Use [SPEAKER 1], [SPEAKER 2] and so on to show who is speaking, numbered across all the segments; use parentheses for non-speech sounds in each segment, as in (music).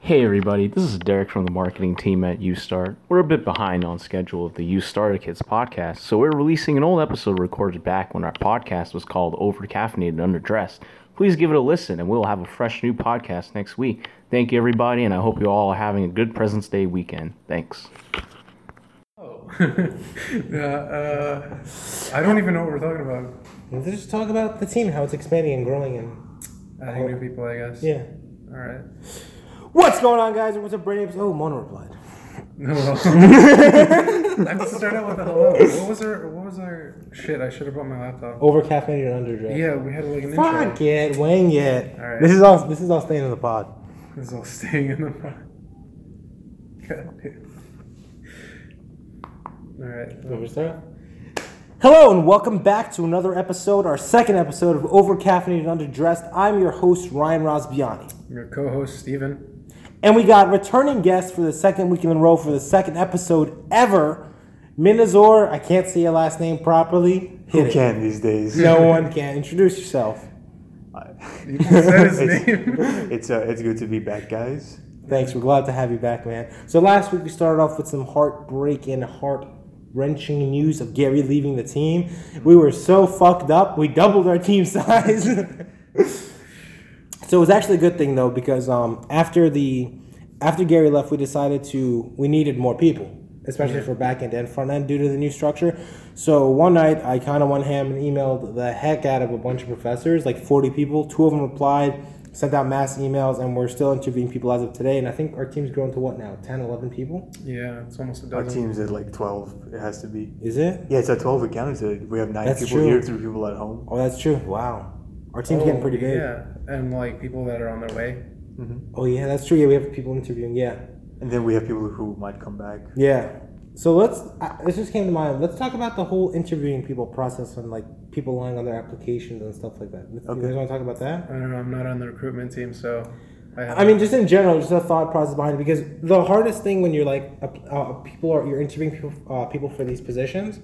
[SPEAKER 1] Hey everybody, this is Derek from the marketing team at Ustart. We're a bit behind on schedule of the You Started Kids podcast, so we're releasing an old episode recorded back when our podcast was called Over Caffeinated and Underdressed. Please give it a listen and we'll have a fresh new podcast next week. Thank you everybody and I hope you all are having a good Presence Day weekend. Thanks.
[SPEAKER 2] Oh. (laughs) Yeah, uh, I don't even know what we're talking about.
[SPEAKER 3] Let's just talk about the team, how it's expanding and growing, and
[SPEAKER 2] Adding new people, I guess.
[SPEAKER 3] Oh. yeah.
[SPEAKER 2] All
[SPEAKER 3] (laughs)
[SPEAKER 2] right.
[SPEAKER 3] What's going on, guys? What's up, brand new episode? Oh, Mona replied.
[SPEAKER 2] No. well. (laughs) I have to start out with a hello. What was our? What was our? Shit, I should have brought my laptop.
[SPEAKER 3] Over caffeinated and underdressed.
[SPEAKER 2] Yeah, we had like an intro.
[SPEAKER 3] Oh. Fuck it, Wang it.
[SPEAKER 2] All right.
[SPEAKER 3] This is all. This is all staying in the pod.
[SPEAKER 2] This is all staying in the (laughs) front. God damn. All right.
[SPEAKER 3] Hello and welcome back to another episode, our second episode of Over Caffeinated and Underdressed. I'm your host Ryan Rosbiani,
[SPEAKER 2] Your co-host Steven. (laughs)
[SPEAKER 3] and we got returning guest for the second week in a row for the second episode ever, Minazor. I can't say your last name properly. Hit
[SPEAKER 4] Who
[SPEAKER 3] it.
[SPEAKER 4] can these days?
[SPEAKER 3] No one can introduce yourself.
[SPEAKER 2] You just said his
[SPEAKER 4] It's-
[SPEAKER 2] name. (laughs)
[SPEAKER 4] (laughs) It's uh, it's good to be back, guys.
[SPEAKER 3] Thanks. We're glad to have you back, man. So last week we started off with some heartbreaking, heart wrenching news of Gary leaving the team. We were so fucked up. We doubled our team (laughs) size. so it was actually a good thing though because um, after the after Gary left, we decided to we needed more people, especially for back end and front end due to the new structure. So one night I kind of went ham and emailed the heck out of a bunch of professors, like forty people. Two of them replied, sent out mass emails, and we're still interviewing people as of today. And I think our team's grown to what now? 10, 11 people?
[SPEAKER 2] Yeah, it's almost a
[SPEAKER 4] Our
[SPEAKER 2] dozen.
[SPEAKER 4] team's at like twelve. It has to be.
[SPEAKER 3] Is it?
[SPEAKER 4] Yeah, it's at twelve. It counted to. We have nine
[SPEAKER 3] That's
[SPEAKER 4] people
[SPEAKER 3] true.
[SPEAKER 4] here, three people at home.
[SPEAKER 3] Oh, that's true. Wow, our team's
[SPEAKER 2] Oh,
[SPEAKER 3] getting pretty big.
[SPEAKER 2] Yeah, and like people that are on their way.
[SPEAKER 3] Oh yeah, that's true. Yeah, we have people interviewing. Yeah.
[SPEAKER 4] And then we have people who might come back.
[SPEAKER 3] Yeah. So let's. I, this just came to mind. Let's talk about the whole interviewing people process and like people lying on their applications and stuff like that. You guys want to talk about that?
[SPEAKER 2] I don't know. I'm not on the recruitment team, so. I, have
[SPEAKER 3] I mean, just in general, just the thought process behind it. Because the hardest thing when you're like uh, uh, people are you're interviewing people uh, people for these positions,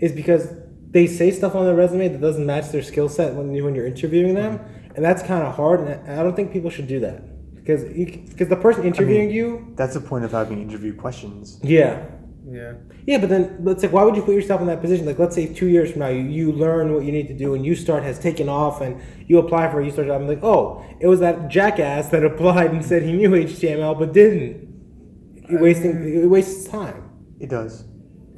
[SPEAKER 3] is because they say stuff on their resume that doesn't match their skill set when you when you're interviewing them, and that's kind of hard. And I I don't think people should do that because because the person interviewing you,
[SPEAKER 4] That's the point of having interview questions.
[SPEAKER 3] yeah,
[SPEAKER 2] Yeah.
[SPEAKER 3] Yeah, but then but it's like, why would you put yourself in that position? Like, let's say two years from now, you, you learn what you need to do, and you start has taken off, and you apply for a you start job. I'm like, oh, it was that jackass that (laughs) applied and said he knew HTML but didn't. It wasting it wastes time.
[SPEAKER 4] It does.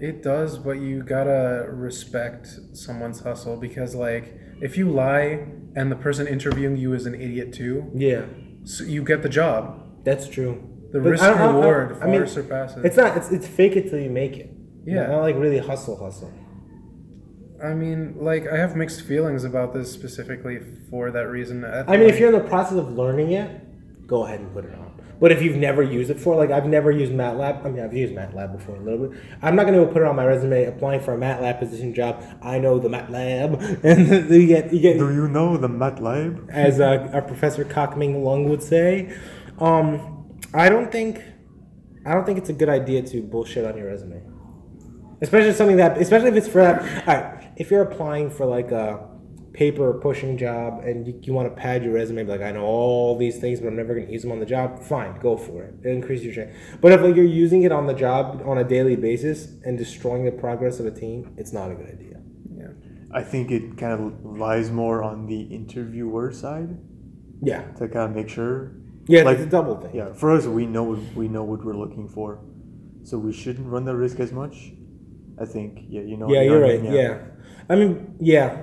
[SPEAKER 2] It does, but you gotta respect someone's hustle because, like, if you lie and the person interviewing you is an idiot too,
[SPEAKER 3] Yeah,
[SPEAKER 2] so you get the job.
[SPEAKER 3] that's true.
[SPEAKER 2] The
[SPEAKER 3] But
[SPEAKER 2] risk
[SPEAKER 3] I don't- I don't-
[SPEAKER 2] reward
[SPEAKER 3] I
[SPEAKER 2] far
[SPEAKER 3] mean,
[SPEAKER 2] surpasses.
[SPEAKER 3] It's not. It's it's fake it till you make it.
[SPEAKER 2] Yeah.
[SPEAKER 3] not like really hustle hustle.
[SPEAKER 2] I mean, like, I have mixed feelings about this specifically for that reason.
[SPEAKER 3] I mean, if you're in the process of learning it, go ahead and put it on. But if you've never used it for, like I've never used MATLAB. I mean, I've used MATLAB before a little bit. I'm not gonna go put it on my resume applying for a MATLAB position job. I know the MATLAB, (laughs) and you get you
[SPEAKER 4] Do
[SPEAKER 3] get
[SPEAKER 4] you know the MATLAB?
[SPEAKER 3] as uh, our professor Cockming Lung would say. Um, I don't think, I don't think it's a good idea to bullshit on your resume, especially something that, especially if it's for that. All right, if you're applying for like a paper pushing job and you, you want to pad your resume, be like I know all these things, but I'm never going to use them on the job. Fine, go for it. It increases your chance. But if like you're using it on the job on a daily basis and destroying the progress of a team, it's not a good idea.
[SPEAKER 2] yeah.
[SPEAKER 4] I think it kind of lies more on the interviewer side
[SPEAKER 3] Yeah,
[SPEAKER 4] to kind of make sure.
[SPEAKER 3] yeah,
[SPEAKER 4] Like-
[SPEAKER 3] it's a double thing.
[SPEAKER 4] Yeah, for us, we know we know what we're looking for, so we shouldn't run the risk as much. I think. Yeah, you know.
[SPEAKER 3] Yeah,
[SPEAKER 4] you know
[SPEAKER 3] you're
[SPEAKER 4] what I
[SPEAKER 3] right.
[SPEAKER 4] mean?
[SPEAKER 3] Yeah. I mean, yeah.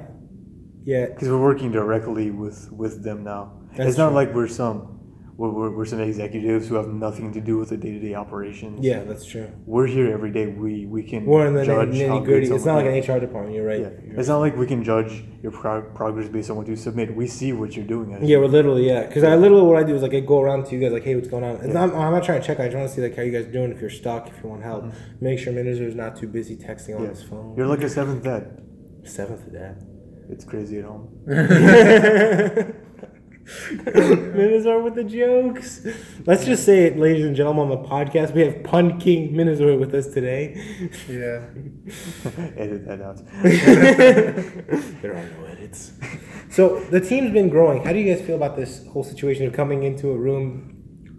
[SPEAKER 3] Yeah.
[SPEAKER 4] because we're working directly with with them now.
[SPEAKER 3] That's
[SPEAKER 4] it's not
[SPEAKER 3] true.
[SPEAKER 4] like we're some we're, we're, we're some executives who have nothing to do with the day to day operations.
[SPEAKER 3] Yeah, that's true.
[SPEAKER 4] we're here every day. We we can
[SPEAKER 3] We're in the
[SPEAKER 4] judge how
[SPEAKER 3] nitty
[SPEAKER 4] good
[SPEAKER 3] gritty. It's not
[SPEAKER 4] someone
[SPEAKER 3] like an
[SPEAKER 4] is.
[SPEAKER 3] HR department. You're right.
[SPEAKER 4] Yeah.
[SPEAKER 3] You're-
[SPEAKER 4] It's not like we can judge your pro- progress based on what you submit. We see what you're doing.
[SPEAKER 3] Yeah, we're literally yeah. Because I literally what I do is like I go around to you guys like, hey, what's going on? It's not, I'm not trying to check. I just want to see like how you guys doing. If you're stuck, if you want help, make sure manager is not too busy texting on
[SPEAKER 4] Mm-hmm. Yeah.
[SPEAKER 3] his phone.
[SPEAKER 4] You're like a seventh ed.
[SPEAKER 3] Seventh of
[SPEAKER 4] (laughs)
[SPEAKER 3] that.
[SPEAKER 4] It's crazy at home. (laughs)
[SPEAKER 3] Minazor with the jokes. Let's just say it, ladies and gentlemen, on the podcast we have Pun King Minazor with us today.
[SPEAKER 2] Yeah.
[SPEAKER 4] Edit that out.
[SPEAKER 3] (laughs)
[SPEAKER 4] (laughs)
[SPEAKER 3] there are no edits. So the team's been growing. How do you guys feel about this whole situation of coming into a room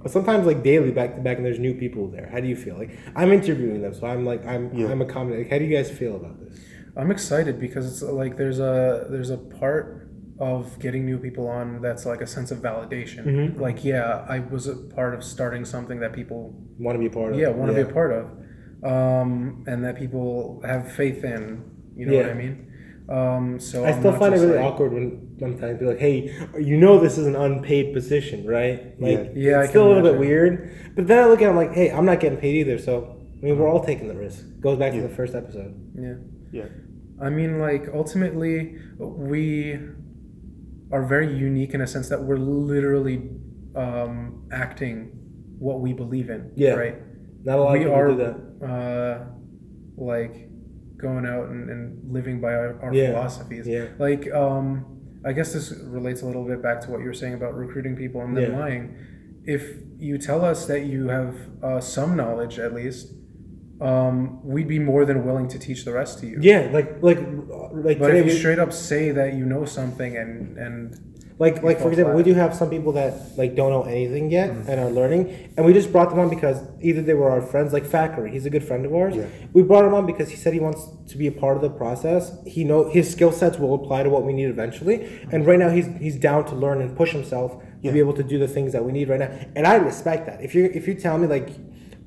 [SPEAKER 3] but sometimes like daily back to back, and there's new people there. How do you feel? Like I'm interviewing them, so I'm like I'm
[SPEAKER 4] Yeah.
[SPEAKER 3] I'm accommodating. Like, how do you guys feel about this?
[SPEAKER 2] I'm excited because it's like there's a there's a part of getting new people on that's like a sense of validation.
[SPEAKER 3] Mm-hmm.
[SPEAKER 2] Like yeah, I was a part of starting something that people
[SPEAKER 3] Want to be a part of?
[SPEAKER 2] yeah want to be a part of, um, and that people have faith in. You know what
[SPEAKER 3] Yeah.
[SPEAKER 2] I mean? Um, so
[SPEAKER 3] I
[SPEAKER 2] I'm
[SPEAKER 3] still
[SPEAKER 2] not
[SPEAKER 3] find it
[SPEAKER 2] just
[SPEAKER 3] really
[SPEAKER 2] like-
[SPEAKER 3] awkward when I'm telling people like, "Hey, you know this is an unpaid position, right?" Like,
[SPEAKER 2] Yeah. Yeah, I
[SPEAKER 3] it's still a
[SPEAKER 2] can
[SPEAKER 3] little bit
[SPEAKER 2] imagine.
[SPEAKER 3] weird. But then I look at it, I'm like, "Hey, I'm not getting paid either." So I mean, we're all taking the risk. Goes back to the first episode.
[SPEAKER 2] Yeah.
[SPEAKER 4] Yeah.
[SPEAKER 2] I mean, like, ultimately, we are very unique in a sense that we're literally um, acting what we believe in.
[SPEAKER 3] Yeah.
[SPEAKER 2] Right?
[SPEAKER 3] Not a lot
[SPEAKER 2] we
[SPEAKER 3] of people
[SPEAKER 2] are,
[SPEAKER 3] do that.
[SPEAKER 2] Uh, like, going out and, and living by our, our
[SPEAKER 3] Yeah.
[SPEAKER 2] philosophies.
[SPEAKER 3] Yeah.
[SPEAKER 2] Like, um, I guess this relates a little bit back to what you were saying about recruiting people and then
[SPEAKER 3] Yeah.
[SPEAKER 2] lying. If you tell us that you have uh, some knowledge, at least, um, we'd be more than willing to teach the rest to you.
[SPEAKER 3] Yeah, like like uh, like
[SPEAKER 2] But
[SPEAKER 3] today,
[SPEAKER 2] if you
[SPEAKER 3] we-
[SPEAKER 2] straight up say that you know something and and
[SPEAKER 3] like like for
[SPEAKER 2] fall
[SPEAKER 3] example, we
[SPEAKER 2] flat.
[SPEAKER 3] do have some people that like don't know anything yet
[SPEAKER 4] Mm-hmm.
[SPEAKER 3] and are learning, and we just brought them on because either they were our friends, like Thackeray, he's a good friend of ours.
[SPEAKER 4] Yeah.
[SPEAKER 3] We brought him on because he said he wants to be a part of the process. He know his skill sets will apply to what we need eventually, and right now he's he's down to learn and push himself to be
[SPEAKER 4] Yeah.
[SPEAKER 3] able to do the things that we need right now. And I respect that. If you if you tell me like.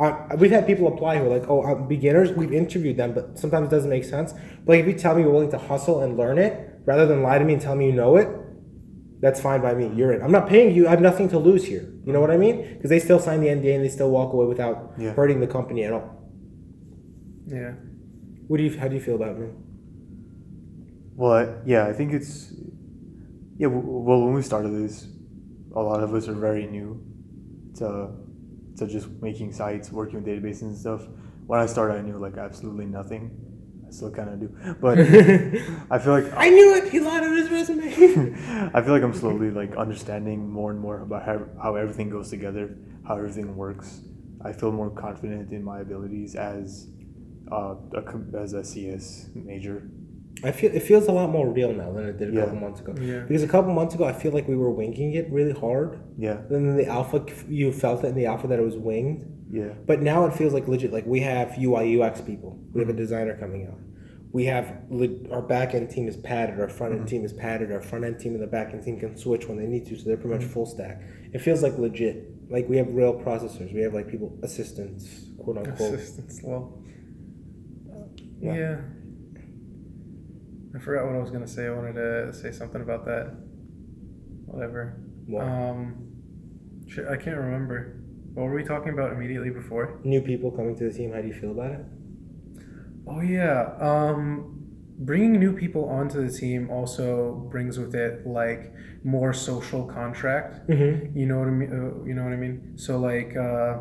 [SPEAKER 3] I, we've had people apply who are like, oh, I'm beginners. We've interviewed them, but sometimes it doesn't make sense. But like, if you tell me you're willing to hustle and learn it rather than lie to me and tell me you know it, that's fine by me. You're in. I'm not paying you. I have nothing to lose here. You know what I mean? Because they still sign the NDA and they still walk away without
[SPEAKER 4] Yeah.
[SPEAKER 3] hurting the company at all.
[SPEAKER 2] yeah.
[SPEAKER 3] What do you? How do you feel about
[SPEAKER 4] (laughs)
[SPEAKER 3] it? man?
[SPEAKER 4] Well, I- yeah, I think it's yeah. w- Well, when we started this, a lot of us are very new to to just making sites, working with databases and stuff. When I started, I knew like absolutely nothing. I still kind of do, but
[SPEAKER 3] (laughs)
[SPEAKER 4] I feel like (laughs)
[SPEAKER 3] I knew it. He lied on his resume. (laughs)
[SPEAKER 4] I feel like I'm slowly like understanding more and more about how, how everything goes together, how everything works. I feel more confident in my abilities as uh, a, com- as a CS major.
[SPEAKER 3] I feel it feels a lot more real now than it did a
[SPEAKER 4] Yeah.
[SPEAKER 3] couple months ago.
[SPEAKER 2] Yeah.
[SPEAKER 3] Because a couple months ago, I feel like we were winging it really hard.
[SPEAKER 4] Yeah,
[SPEAKER 3] And then the alpha, you felt it in the alpha that it was winged.
[SPEAKER 4] yeah,
[SPEAKER 3] But now it feels like legit. Like we have UI UX people. We have a designer coming out. We have le- our back end team is padded. Our front end team is padded. Our front end team and the back end team can switch when they need to. So they're pretty much full stack. It feels like legit. Like we have real processors. We have like people assistants, quote unquote.
[SPEAKER 2] Assistance well.
[SPEAKER 4] Yeah.
[SPEAKER 2] Uh, Yeah. I forgot what I was gonna say. I wanted to say something about that. Whatever.
[SPEAKER 3] What?
[SPEAKER 2] Um, shit, I can't remember. What were we talking about immediately before?
[SPEAKER 3] New people coming to the team. How do you feel about it?
[SPEAKER 2] Oh yeah. Um, bringing new people onto the team also brings with it like more social contract.
[SPEAKER 3] Mm-hmm.
[SPEAKER 2] You know what I mean? Uh, you know what I mean? So like, uh,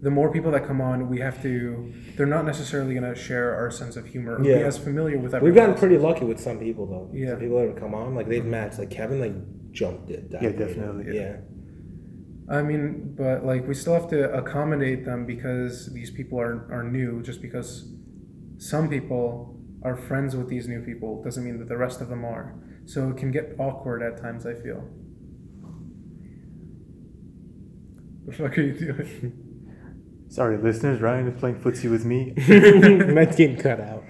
[SPEAKER 2] the more people that come on, we have to. They're not necessarily going to share our sense of humor. or Be
[SPEAKER 3] Yeah.
[SPEAKER 2] as familiar with everyone.
[SPEAKER 3] We've gotten
[SPEAKER 2] else.
[SPEAKER 3] pretty lucky with some people though.
[SPEAKER 2] Yeah.
[SPEAKER 3] Some people that have come on, like they've matched. Like Kevin, like jumped it.
[SPEAKER 4] yeah,
[SPEAKER 3] died.
[SPEAKER 4] definitely.
[SPEAKER 3] Yeah.
[SPEAKER 2] I mean, but like, we still have to accommodate them because these people are are new. Just because some people are friends with these new people doesn't mean that the rest of them are. So it can get awkward at times. I feel. The fuck are you
[SPEAKER 3] (laughs)
[SPEAKER 2] doing?
[SPEAKER 4] Sorry, listeners. Ryan is playing footsie with me.
[SPEAKER 2] (laughs)
[SPEAKER 3] That's getting cut out.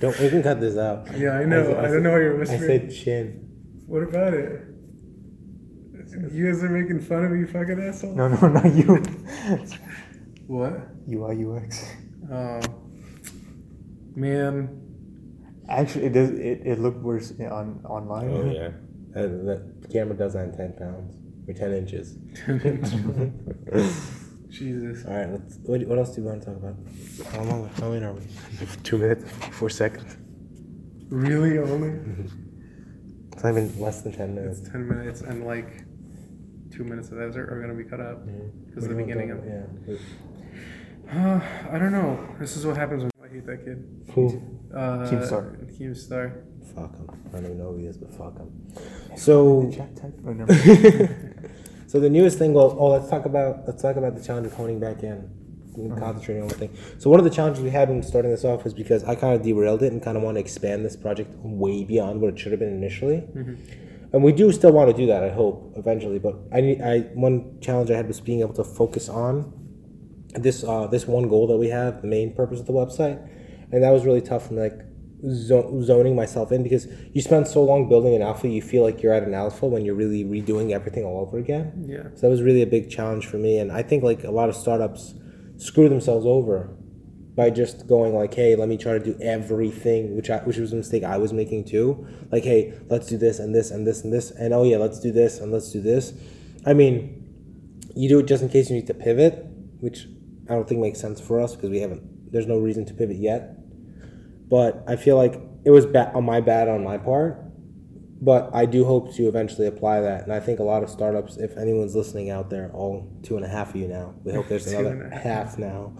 [SPEAKER 3] Don't we can cut this out.
[SPEAKER 2] Yeah, I know. I, don't know why you're
[SPEAKER 3] I
[SPEAKER 2] whispering.
[SPEAKER 3] said chin.
[SPEAKER 2] What about it? You guys are making fun of me, you fucking asshole.
[SPEAKER 4] No, no, (laughs) not you. It's
[SPEAKER 2] What?
[SPEAKER 4] UI UX.
[SPEAKER 2] Oh, man.
[SPEAKER 4] Actually, it does. It, it looked worse on online.
[SPEAKER 3] Oh yeah, that, that camera does on ten pounds or ten inches. (laughs)
[SPEAKER 2] Jesus.
[SPEAKER 3] All right, let's. What, what else do you want to talk about? How long? Oh, How late are
[SPEAKER 4] (laughs)
[SPEAKER 3] we? Two minutes, four seconds.
[SPEAKER 2] Really? Only?
[SPEAKER 3] It's not even less than ten minutes.
[SPEAKER 2] It's 10 minutes and like two minutes of that are, are going to be cut up. Because the
[SPEAKER 3] What do you
[SPEAKER 2] beginning
[SPEAKER 3] wanna
[SPEAKER 2] of.
[SPEAKER 3] talk about? yeah.
[SPEAKER 2] Uh, (sighs) I don't know. This is what happens when I hate that kid.
[SPEAKER 3] Who?
[SPEAKER 2] Uh,
[SPEAKER 4] Keemstar.
[SPEAKER 2] Keemstar.
[SPEAKER 3] Fuck him. I don't even know who he is, but fuck him. So,
[SPEAKER 4] Chat type. Oh, never. mind.
[SPEAKER 3] (laughs) so the newest thing. Well, oh, let's talk about let's talk about the challenge of honing back in. concentrating on one thing. So one of the challenges we had when starting this off was because I kind of derailed it and kind of want to expand this project way beyond what it should have been initially. And we do still want to do that, I hope, eventually. But I need I one challenge I had was being able to focus on this uh, this one goal that we have, the main purpose of the website, and that was really tough from like zo- zoning myself in because you spend so long building an alpha, you feel like you're at an alpha when you're really redoing everything all over again.
[SPEAKER 2] Yeah.
[SPEAKER 3] So that was really a big challenge for me, and I think like a lot of startups screw themselves over by just going like, "Hey, let me try to do everything," which I, which was a mistake I was making too. Like, "Hey, let's do this and this and this and this," and oh yeah, let's do this and let's do this. I mean, you do it just in case you need to pivot, which I don't think makes sense for us because we haven't. There's no reason to pivot yet. But I feel like it was bad on my bad on my part. But I do hope to eventually apply that, and I think a lot of startups. If anyone's listening out there, all two and a half of you now, we hope
[SPEAKER 2] (laughs)
[SPEAKER 3] there's
[SPEAKER 2] Two and
[SPEAKER 3] another
[SPEAKER 2] a
[SPEAKER 3] half now.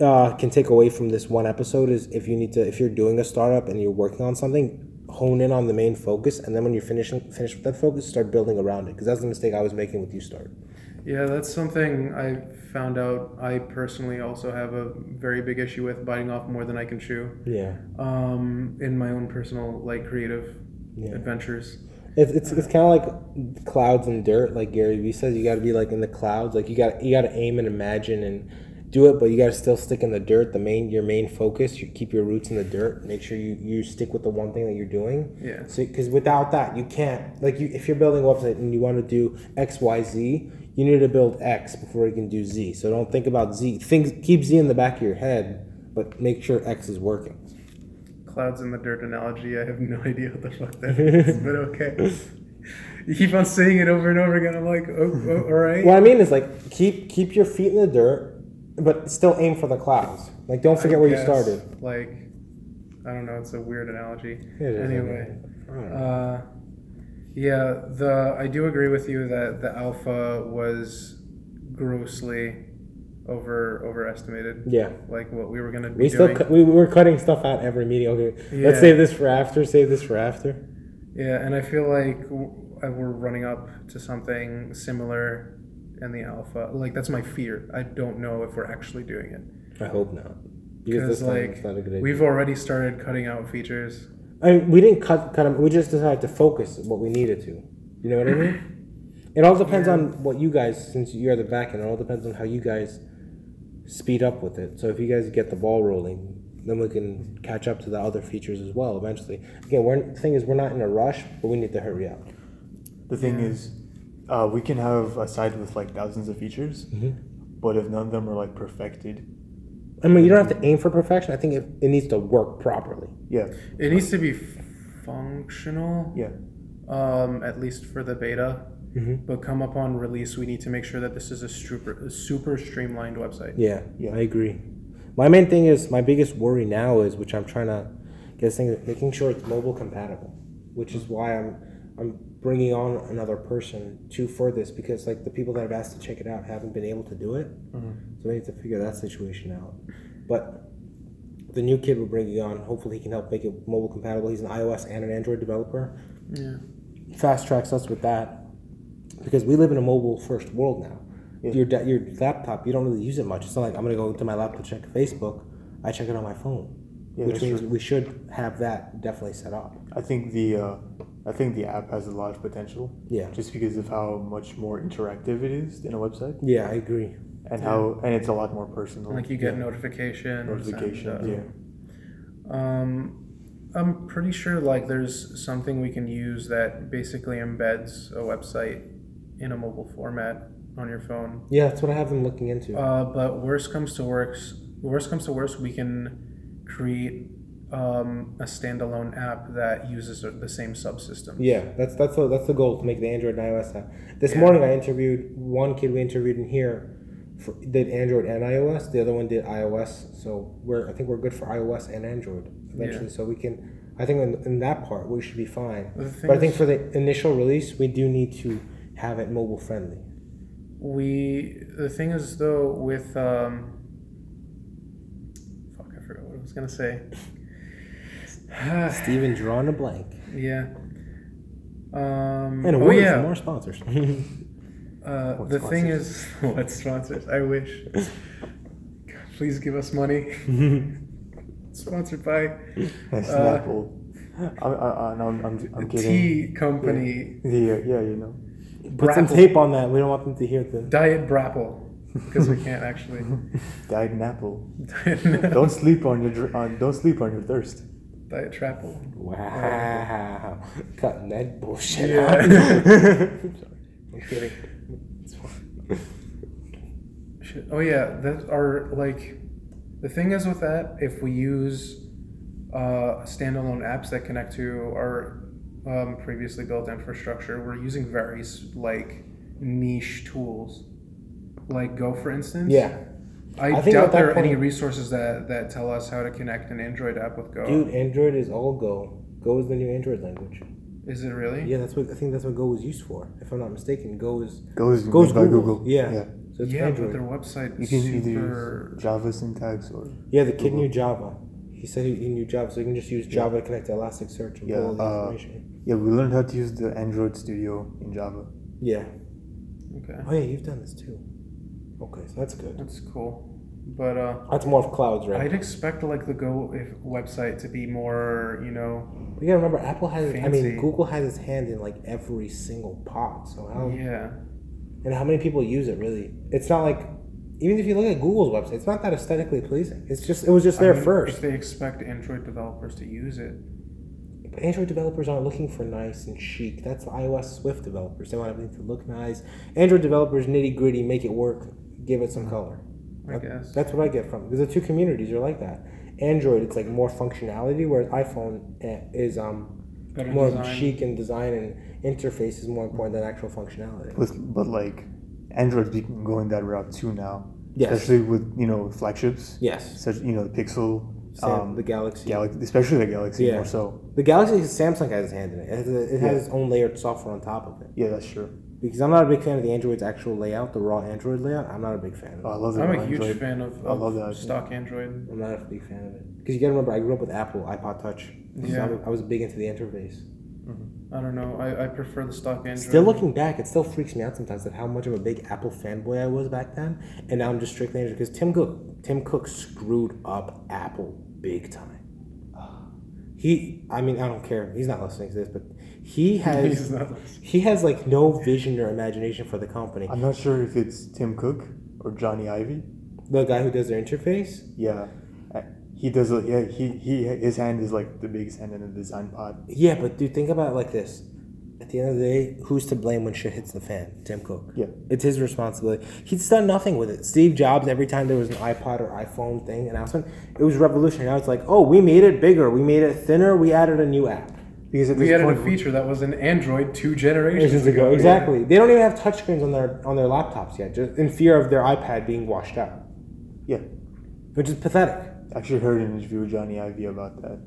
[SPEAKER 3] Uh, can take away from this one episode is if you need to if you're doing a startup and you're working on something hone in on the main focus and then when you're finishing finish with that focus start building around it because that's the mistake i was making with you start
[SPEAKER 2] Yeah, that's something I found out I personally also have a very big issue with biting off more than I can chew
[SPEAKER 3] yeah
[SPEAKER 2] um, in my own personal, like, creative
[SPEAKER 3] yeah
[SPEAKER 2] adventures.
[SPEAKER 3] It's it's, it's kind of like clouds and dirt, like Gary Vee says. You got to be like in the clouds, like you got you got to aim and imagine and do it, but you got to still stick in the dirt. The main your main focus, you keep your roots in the dirt. Make sure you you stick with the one thing that you're doing.
[SPEAKER 2] Yeah.
[SPEAKER 3] So because without that, you can't like you if you're building a website and you want to do X Y Z, you need to build X before you can do Z. So don't think about Z. Think keep Z in the back of your head, but make sure X is working.
[SPEAKER 2] Clouds in the dirt analogy, I have no (laughs) idea what the fuck that
[SPEAKER 3] (laughs)
[SPEAKER 2] is, but okay. You keep on saying it over and over again. I'm like, oh, oh all right.
[SPEAKER 3] What I mean is like keep keep your feet in the dirt, but still aim for the clouds. Like don't forget
[SPEAKER 2] I
[SPEAKER 3] where you
[SPEAKER 2] guess,
[SPEAKER 3] started.
[SPEAKER 2] Like, I don't know. It's a weird analogy.
[SPEAKER 3] It is, I
[SPEAKER 2] anyway,
[SPEAKER 3] I don't know.
[SPEAKER 2] uh, yeah, the I do agree with you that the alpha was grossly over overestimated.
[SPEAKER 3] yeah,
[SPEAKER 2] Like what we were gonna be
[SPEAKER 3] we still
[SPEAKER 2] doing.
[SPEAKER 3] cu- we were cutting stuff out every meeting. Okay, let's
[SPEAKER 2] Yeah.
[SPEAKER 3] save this for after. Save this for after.
[SPEAKER 2] yeah, and I feel like w- I- we're running up to something similar in the alpha. Like that's my fear. I don't know if we're actually doing it
[SPEAKER 3] I hope not, because
[SPEAKER 2] because
[SPEAKER 3] this time
[SPEAKER 2] like
[SPEAKER 3] it's not a good idea.
[SPEAKER 2] we've already started cutting out features.
[SPEAKER 3] I mean, we didn't cut cut 'em, We just decided to focus what we needed to. You know what I mean? It all depends on what you guys, since you're the back end, it all depends on how you guys speed up with it. So if you guys get the ball rolling, then we can catch up to the other features as well eventually. Again, we're, the thing is, we're not in a rush, but we need to hurry up.
[SPEAKER 4] The thing is, uh, we can have a site with like thousands of features,
[SPEAKER 3] Mm-hmm.
[SPEAKER 4] but if none of them are like perfected,
[SPEAKER 3] I mean, you don't have to aim for perfection. I think it, it needs to work properly.
[SPEAKER 4] yeah,
[SPEAKER 2] It needs to be f- functional.
[SPEAKER 4] yeah,
[SPEAKER 2] um, at least for the beta.
[SPEAKER 3] Mm-hmm.
[SPEAKER 2] But come upon release, we need to make sure that this is a super, a super streamlined website.
[SPEAKER 3] Yeah,
[SPEAKER 4] Yeah.
[SPEAKER 3] I agree. My main thing is my biggest worry now is which I'm trying to get this thing making sure it's mobile compatible, which is why I'm I'm bringing on another person to for this because like the people that I've asked to check it out haven't been able to do it, so we need to figure that situation out. But the new kid we're bringing on, hopefully he can help make it mobile compatible. He's an iOS and an Android developer.
[SPEAKER 2] Yeah.
[SPEAKER 3] Fast tracks us with that because we live in a mobile first world now. Your da- your laptop, you don't really use it much. It's not like I'm gonna go into my laptop to check Facebook. I check it on my phone,
[SPEAKER 4] Yeah,
[SPEAKER 3] which
[SPEAKER 4] that's
[SPEAKER 3] means we should have that definitely set up.
[SPEAKER 4] I think the uh, I think the app has a lot of potential.
[SPEAKER 3] Yeah.
[SPEAKER 4] Just because of how much more interactive it is than a website,
[SPEAKER 3] Yeah, I agree.
[SPEAKER 4] and how and it's a lot more personal.
[SPEAKER 2] Like you get notifications.
[SPEAKER 4] notifications.
[SPEAKER 2] And, uh,
[SPEAKER 4] yeah.
[SPEAKER 2] Um, I'm pretty sure like there's something we can use that basically embeds a website in a mobile format on your phone.
[SPEAKER 3] Yeah, that's what I have them looking into.
[SPEAKER 2] Uh, but worst comes to worst, worst comes to worst, we can create um, a standalone app that uses the same subsystem.
[SPEAKER 3] Yeah, that's that's the, that's the goal to make the Android and iOS app. This
[SPEAKER 2] Yeah.
[SPEAKER 3] morning I interviewed one kid we interviewed in here, for, did Android and iOS. The other one did iOS. So we're I think we're good for iOS and Android eventually. So we can I think in, in that part we should be fine.
[SPEAKER 2] The thing
[SPEAKER 3] But I think
[SPEAKER 2] is-
[SPEAKER 3] for the initial release we do need to have it mobile friendly.
[SPEAKER 2] We the thing is though with um, (sighs) fuck I forgot what I was gonna
[SPEAKER 3] (laughs)
[SPEAKER 2] say. (sighs)
[SPEAKER 3] Steven drawing a blank.
[SPEAKER 2] yeah. Um,
[SPEAKER 3] And a
[SPEAKER 2] oh
[SPEAKER 3] word for
[SPEAKER 2] yeah.
[SPEAKER 3] more (laughs) sponsors.
[SPEAKER 2] (laughs) Uh, the thing is, what sponsors? I wish. Please give us money. (laughs) Sponsored by
[SPEAKER 4] Snapple. I'm, I, I'm, I'm, I'm
[SPEAKER 2] Uh, the
[SPEAKER 4] kidding.
[SPEAKER 2] tea company
[SPEAKER 4] The, uh, yeah, you know.
[SPEAKER 3] Put some
[SPEAKER 2] Brapple.
[SPEAKER 3] tape on that. We don't want them to hear the.
[SPEAKER 2] Diet Brapple because
[SPEAKER 4] (laughs)
[SPEAKER 2] we can't actually.
[SPEAKER 4] Died an apple.
[SPEAKER 2] (laughs) Diet
[SPEAKER 4] Mm-hmm. Don't sleep on your dr- on, don't sleep on your thirst.
[SPEAKER 2] Trapple.
[SPEAKER 3] Wow. Cutting that bullshit
[SPEAKER 2] Yeah. (laughs)
[SPEAKER 3] out. I'm sorry. I'm kidding. It's fine.
[SPEAKER 2] Shit. Oh yeah, that are like the thing is with that if we use uh, standalone apps that connect to our um, previously built infrastructure, we're using very s- like niche tools, like Go for instance.
[SPEAKER 3] Yeah.
[SPEAKER 2] I,
[SPEAKER 3] I think at
[SPEAKER 2] doubt
[SPEAKER 3] that
[SPEAKER 2] there are any
[SPEAKER 3] point-
[SPEAKER 2] resources that, that tell us how to connect an Android app with Go.
[SPEAKER 3] Dude, Android is all Go. Go is the new Android language.
[SPEAKER 2] Is it really?
[SPEAKER 3] Yeah, that's what I think. That's what Go was used for. If I'm not mistaken, Go is
[SPEAKER 4] Goes,
[SPEAKER 3] Goes
[SPEAKER 4] by
[SPEAKER 3] Google.
[SPEAKER 4] Google.
[SPEAKER 3] Yeah.
[SPEAKER 4] yeah.
[SPEAKER 3] so it's
[SPEAKER 2] Yeah, but
[SPEAKER 3] Android.
[SPEAKER 2] their website
[SPEAKER 4] You
[SPEAKER 2] is
[SPEAKER 4] can either use
[SPEAKER 2] super.
[SPEAKER 4] Java syntax or
[SPEAKER 3] yeah, the kid
[SPEAKER 4] Mm-hmm.
[SPEAKER 3] knew Java. He said he he knew Java, so you can just use Java to connect to Elasticsearch and
[SPEAKER 4] Yeah,
[SPEAKER 3] pull all the
[SPEAKER 4] uh,
[SPEAKER 3] information.
[SPEAKER 4] yeah. We learned how to use the Android Studio in Java.
[SPEAKER 3] Yeah.
[SPEAKER 2] Okay,
[SPEAKER 3] Oh yeah, you've done this too. Okay, so that's good.
[SPEAKER 2] that's cool. But uh,
[SPEAKER 3] That's more of clouds, right?
[SPEAKER 2] I'd expect like the Go if website to be more, you know,
[SPEAKER 3] We gotta remember, Apple has. I mean,
[SPEAKER 2] Fancy.
[SPEAKER 3] Google has its hand in like every single pot. So how
[SPEAKER 2] yeah,
[SPEAKER 3] and how many people use it really? It's not like even if you look at Google's website, it's not that aesthetically pleasing. It's just it was just
[SPEAKER 2] I
[SPEAKER 3] there
[SPEAKER 2] mean,
[SPEAKER 3] first.
[SPEAKER 2] If they expect Android developers to use it,
[SPEAKER 3] But Android developers aren't looking for nice and chic. That's the iOS Swift developers. They want everything to look nice. Android developers nitty gritty, make it work, give it
[SPEAKER 2] Mm-hmm.
[SPEAKER 3] some color.
[SPEAKER 2] I guess.
[SPEAKER 3] That's what I get from because the two communities are like that. Android, it's like more functionality, whereas iPhone eh, is um
[SPEAKER 2] Better
[SPEAKER 3] more
[SPEAKER 2] design.
[SPEAKER 3] chic and design and interface is more important than actual functionality.
[SPEAKER 4] With but like Android's been going that route too now.
[SPEAKER 3] Yes.
[SPEAKER 4] Especially with you know flagships.
[SPEAKER 3] Yes,
[SPEAKER 4] Such you know the Pixel,
[SPEAKER 3] Sam,
[SPEAKER 4] um,
[SPEAKER 3] the Galaxy.
[SPEAKER 4] Galaxy, especially the Galaxy
[SPEAKER 3] Yeah.
[SPEAKER 4] more so.
[SPEAKER 3] the Galaxy, Samsung has its hand in it. It has, a- it has
[SPEAKER 4] Yeah.
[SPEAKER 3] its own layered software on top of it.
[SPEAKER 4] Yeah, that's true.
[SPEAKER 3] Because I'm not a big fan of the Android's actual layout, the raw Android layout. I'm not a big fan. of it.
[SPEAKER 4] Oh, I love that.
[SPEAKER 2] I'm a
[SPEAKER 4] Android.
[SPEAKER 2] huge fan of,
[SPEAKER 4] I love that.
[SPEAKER 2] of stock Android.
[SPEAKER 3] I'm not a big fan of it because you gotta remember I grew up with Apple iPod Touch. So
[SPEAKER 2] Yeah.
[SPEAKER 3] I- I was big into the interface.
[SPEAKER 2] I don't know. I, I prefer the stock Android.
[SPEAKER 3] Still
[SPEAKER 2] (laughs)
[SPEAKER 3] looking back, it still freaks me out sometimes at how much of a big Apple fanboy I was back then, and now I'm just strictly Android because Tim Cook, Tim Cook screwed up Apple big time. He, I mean, I don't care. He's not listening to this, but
[SPEAKER 2] (laughs)
[SPEAKER 3] he
[SPEAKER 2] He's
[SPEAKER 3] has
[SPEAKER 2] not-
[SPEAKER 3] he has like no vision or imagination for the company.
[SPEAKER 4] I'm not sure if it's Tim Cook or Johnny Ivy.
[SPEAKER 3] The guy who does their interface,
[SPEAKER 4] Yeah, Uh, he does. a- Yeah, he he his hand is like the biggest hand in the design pod.
[SPEAKER 3] yeah, but dude, think about it like this. At the end of the day, who's to blame when shit hits the fan? Tim Cook.
[SPEAKER 4] Yeah.
[SPEAKER 3] It's his responsibility. He's done nothing with it. Steve Jobs, every time there was an iPod or iPhone thing announcement, it was revolutionary. Now it's like, oh, we made it bigger, we made it thinner, we added a new app.
[SPEAKER 4] Because at
[SPEAKER 2] We
[SPEAKER 4] this
[SPEAKER 2] added
[SPEAKER 4] point,
[SPEAKER 2] a feature that was in Android two generations
[SPEAKER 3] Ages ago,
[SPEAKER 2] ago.
[SPEAKER 3] Exactly. They don't even have touchscreens on their on their laptops yet, just in fear of their iPad being washed out,
[SPEAKER 4] yeah,
[SPEAKER 3] which is pathetic.
[SPEAKER 4] I actually heard an interview with Johnny Ivy about that,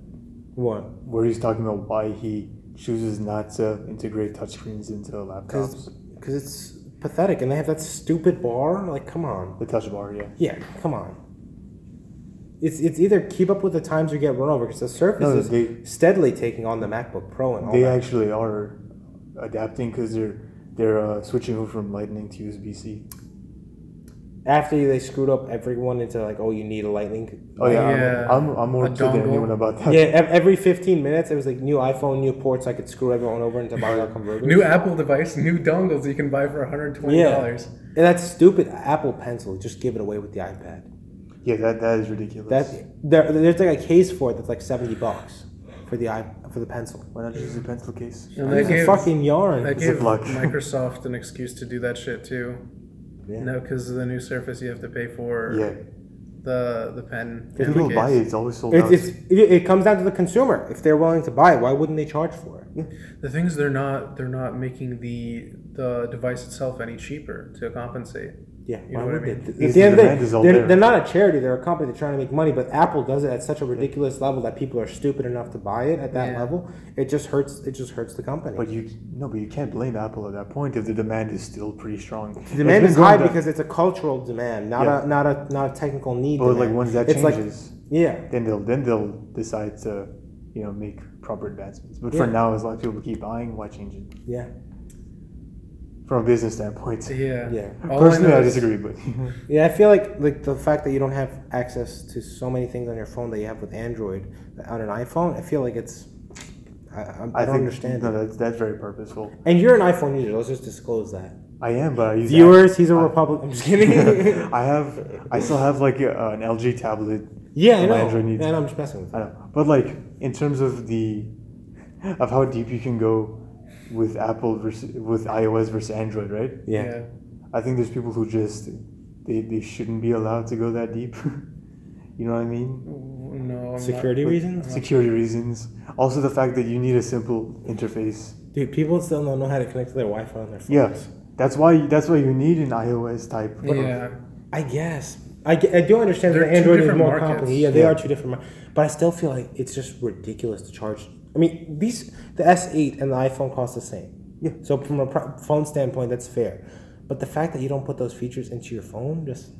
[SPEAKER 3] What?
[SPEAKER 4] where he's talking about why he chooses not to integrate touchscreens into laptops.
[SPEAKER 3] Because it's pathetic, and they have that stupid bar. Like, come on.
[SPEAKER 4] The touch bar, yeah.
[SPEAKER 3] Yeah, come on. It's it's either keep up with the times or get run over because the Surface
[SPEAKER 4] No,
[SPEAKER 3] is
[SPEAKER 4] they-
[SPEAKER 3] steadily taking on the MacBook Pro and all
[SPEAKER 4] They
[SPEAKER 3] that.
[SPEAKER 4] actually are adapting because they're they're uh, switching over from Lightning to USB C.
[SPEAKER 3] After they screwed up everyone into like, oh, you need a Lightning.
[SPEAKER 4] Oh yeah,
[SPEAKER 2] Yeah.
[SPEAKER 4] I'm, I'm, I'm more
[SPEAKER 2] A
[SPEAKER 4] upset than
[SPEAKER 2] dongle.
[SPEAKER 4] anyone about that.
[SPEAKER 3] Yeah, ev- every 15 minutes it was like new iPhone, new ports. I could screw everyone over into buying a converter.
[SPEAKER 2] New Apple device, new dongles you can buy for 120
[SPEAKER 3] yeah,
[SPEAKER 2] dollars.
[SPEAKER 3] and that's stupid. Apple Pencil, just give it away with the iPad.
[SPEAKER 4] Yeah, that that is ridiculous.
[SPEAKER 3] That there, there's like a case for it that's like 70 bucks for the i for the pencil.
[SPEAKER 4] why not use a pencil case?
[SPEAKER 2] And
[SPEAKER 3] It's
[SPEAKER 2] that
[SPEAKER 3] a
[SPEAKER 2] gave,
[SPEAKER 3] fucking yarn.
[SPEAKER 2] that gave
[SPEAKER 4] Ziploc.
[SPEAKER 2] Microsoft an excuse to do that shit too.
[SPEAKER 3] Yeah.
[SPEAKER 2] No, because of the new Surface, you have to pay for
[SPEAKER 4] Yeah,
[SPEAKER 2] the the pen. and the
[SPEAKER 4] people
[SPEAKER 2] case.
[SPEAKER 4] buy it. It's always sold
[SPEAKER 3] It,
[SPEAKER 4] out.
[SPEAKER 3] it's, it, it comes down to the consumer. If they're willing to buy it, why wouldn't they charge for it?
[SPEAKER 2] The thing is, they're not they're not making the the device itself any cheaper to compensate.
[SPEAKER 3] Yeah,
[SPEAKER 2] You
[SPEAKER 3] why
[SPEAKER 2] know what I
[SPEAKER 3] would they?
[SPEAKER 2] mean?
[SPEAKER 3] Th- At
[SPEAKER 4] Because
[SPEAKER 3] the
[SPEAKER 4] the
[SPEAKER 3] end of
[SPEAKER 4] demand
[SPEAKER 3] the
[SPEAKER 4] is
[SPEAKER 3] day,
[SPEAKER 4] all
[SPEAKER 3] they're,
[SPEAKER 4] there.
[SPEAKER 3] they're not a charity. They're a company. They're trying to make money, but Apple does it at such a ridiculous level that people are stupid enough to buy it at that
[SPEAKER 2] Yeah.
[SPEAKER 3] level. It just hurts. It just hurts the company.
[SPEAKER 4] But you no, but you can't blame Apple at that point if the demand is still pretty strong.
[SPEAKER 3] the demand is high because it's a cultural demand, not
[SPEAKER 4] Yeah.
[SPEAKER 3] a not a not a technical need.
[SPEAKER 4] But like
[SPEAKER 3] demand.
[SPEAKER 4] once that
[SPEAKER 3] it's like
[SPEAKER 4] changes,
[SPEAKER 3] yeah,
[SPEAKER 4] then they'll then they'll decide to, you know, make proper advancements. But for
[SPEAKER 3] Yeah.
[SPEAKER 4] now, as long as people keep buying, why change it?
[SPEAKER 3] yeah.
[SPEAKER 4] from a business standpoint.
[SPEAKER 2] Yeah.
[SPEAKER 3] Yeah.
[SPEAKER 2] All
[SPEAKER 4] Personally,
[SPEAKER 2] know
[SPEAKER 4] I
[SPEAKER 2] is-
[SPEAKER 4] disagree, but
[SPEAKER 3] Yeah, (laughs) I feel like like the fact that you don't have access to so many things on your phone that you have with Android on an iPhone, I feel like it's I, I, I, don't
[SPEAKER 4] I, think,
[SPEAKER 3] understand.
[SPEAKER 4] No,
[SPEAKER 3] it.
[SPEAKER 4] that's, that's very purposeful.
[SPEAKER 3] And you're an iPhone user. Let's just disclose that.
[SPEAKER 4] I am, but I use
[SPEAKER 3] Viewers, he's a
[SPEAKER 4] I-
[SPEAKER 3] Republican. I'm just kidding.
[SPEAKER 4] (laughs)
[SPEAKER 3] (laughs)
[SPEAKER 4] I have, I still have like a, an LG tablet.
[SPEAKER 3] yeah, I
[SPEAKER 4] My
[SPEAKER 3] know.
[SPEAKER 4] Android needs-
[SPEAKER 3] Man, I'm just messing with
[SPEAKER 4] I
[SPEAKER 3] you.
[SPEAKER 4] don't know, but like in terms of the, of how deep you can go with Apple versus with iOS versus Android, right?
[SPEAKER 3] Yeah.
[SPEAKER 2] yeah.
[SPEAKER 4] I think there's people who just they, they shouldn't be allowed to go that deep. (laughs) you know what I mean?
[SPEAKER 2] W- No. I'm
[SPEAKER 3] Security
[SPEAKER 4] But-
[SPEAKER 3] reasons,
[SPEAKER 4] Security reasons. Also the fact that you need a simple interface.
[SPEAKER 3] dude. People still don't know how to connect to their Wi-Fi on their phones.
[SPEAKER 4] Yeah. That's why that's why you need an iOS type.
[SPEAKER 2] Not, yeah.
[SPEAKER 3] I guess. I, ge- I do understand
[SPEAKER 2] They're
[SPEAKER 3] that
[SPEAKER 2] two
[SPEAKER 3] Android is
[SPEAKER 2] different
[SPEAKER 3] more
[SPEAKER 2] markets.
[SPEAKER 3] complicated. Yeah, they
[SPEAKER 4] Yeah.
[SPEAKER 3] are two different markets. But I still feel like it's just ridiculous to charge. I mean, these the S8 and the iPhone cost the same.
[SPEAKER 4] Yeah.
[SPEAKER 3] So from a pro- phone standpoint, that's fair. But the fact that you don't put those features into your phone, just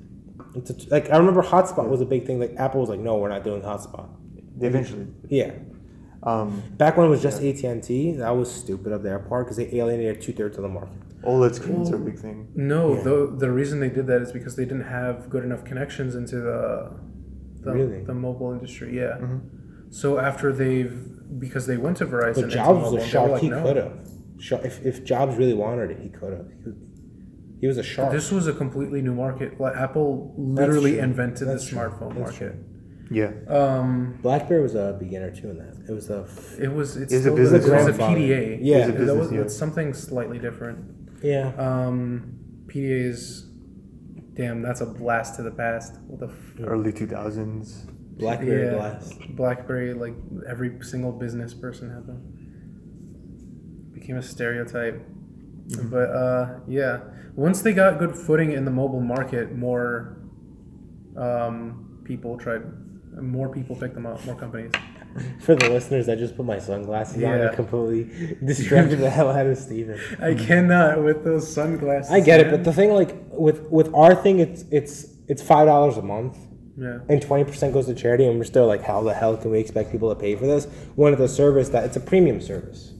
[SPEAKER 3] it's a, like I remember hotspot was a big thing. Like Apple was like, no, we're not doing hotspot.
[SPEAKER 4] Eventually.
[SPEAKER 3] Yeah.
[SPEAKER 4] Um,
[SPEAKER 3] Back when it was just AT and T, that was stupid of their part because they alienated two thirds of the market.
[SPEAKER 4] OLED screens are a big thing.
[SPEAKER 2] No. The the reason they did that is because they didn't have good enough connections into the the,
[SPEAKER 3] Really? Mm-hmm.
[SPEAKER 2] the mobile industry. Yeah. So after they've because they went to Verizon.
[SPEAKER 3] But
[SPEAKER 2] and to
[SPEAKER 3] Jobs was
[SPEAKER 2] mobile,
[SPEAKER 3] a
[SPEAKER 2] they
[SPEAKER 3] shark.
[SPEAKER 2] were like,
[SPEAKER 3] he
[SPEAKER 2] "No."
[SPEAKER 3] could have. If, if Jobs really wanted it, he could have. He, he was a shark.
[SPEAKER 2] This was a completely new market. Like Apple literally
[SPEAKER 3] true.
[SPEAKER 2] invented
[SPEAKER 3] That's
[SPEAKER 2] the
[SPEAKER 3] true.
[SPEAKER 2] smartphone
[SPEAKER 3] That's
[SPEAKER 2] market.
[SPEAKER 4] Yeah.
[SPEAKER 2] Um,
[SPEAKER 3] BlackBerry was a beginner too in that. It was a f-
[SPEAKER 2] it was it's
[SPEAKER 4] It's a
[SPEAKER 2] still,
[SPEAKER 4] business
[SPEAKER 2] it was a
[SPEAKER 3] grandfather.
[SPEAKER 2] PDA.
[SPEAKER 3] Yeah. It's a
[SPEAKER 2] That
[SPEAKER 4] business,
[SPEAKER 2] was-
[SPEAKER 4] yeah.
[SPEAKER 2] it's something slightly different.
[SPEAKER 3] yeah.
[SPEAKER 2] Um, PDA is, damn, that's a blast to the past. What the f-
[SPEAKER 4] Early two thousands.
[SPEAKER 3] BlackBerry
[SPEAKER 2] yeah.
[SPEAKER 3] blast. (laughs)
[SPEAKER 2] BlackBerry, like every single business person had them. Became a stereotype. But uh, yeah, once they got good footing in the mobile market, more um, people tried, more people picked them up, more companies.
[SPEAKER 3] For the listeners, I just put my sunglasses on
[SPEAKER 2] Yeah. (laughs)
[SPEAKER 3] and completely distracted the hell out of Steven.
[SPEAKER 2] I cannot with those sunglasses.
[SPEAKER 3] I get it,
[SPEAKER 2] man.
[SPEAKER 3] but the thing like with with our thing, it's it's it's five dollars a month.
[SPEAKER 2] yeah.
[SPEAKER 3] And twenty percent goes to charity, and we're still like, how the hell can we expect people to pay for this? When it's a service that it's a premium service,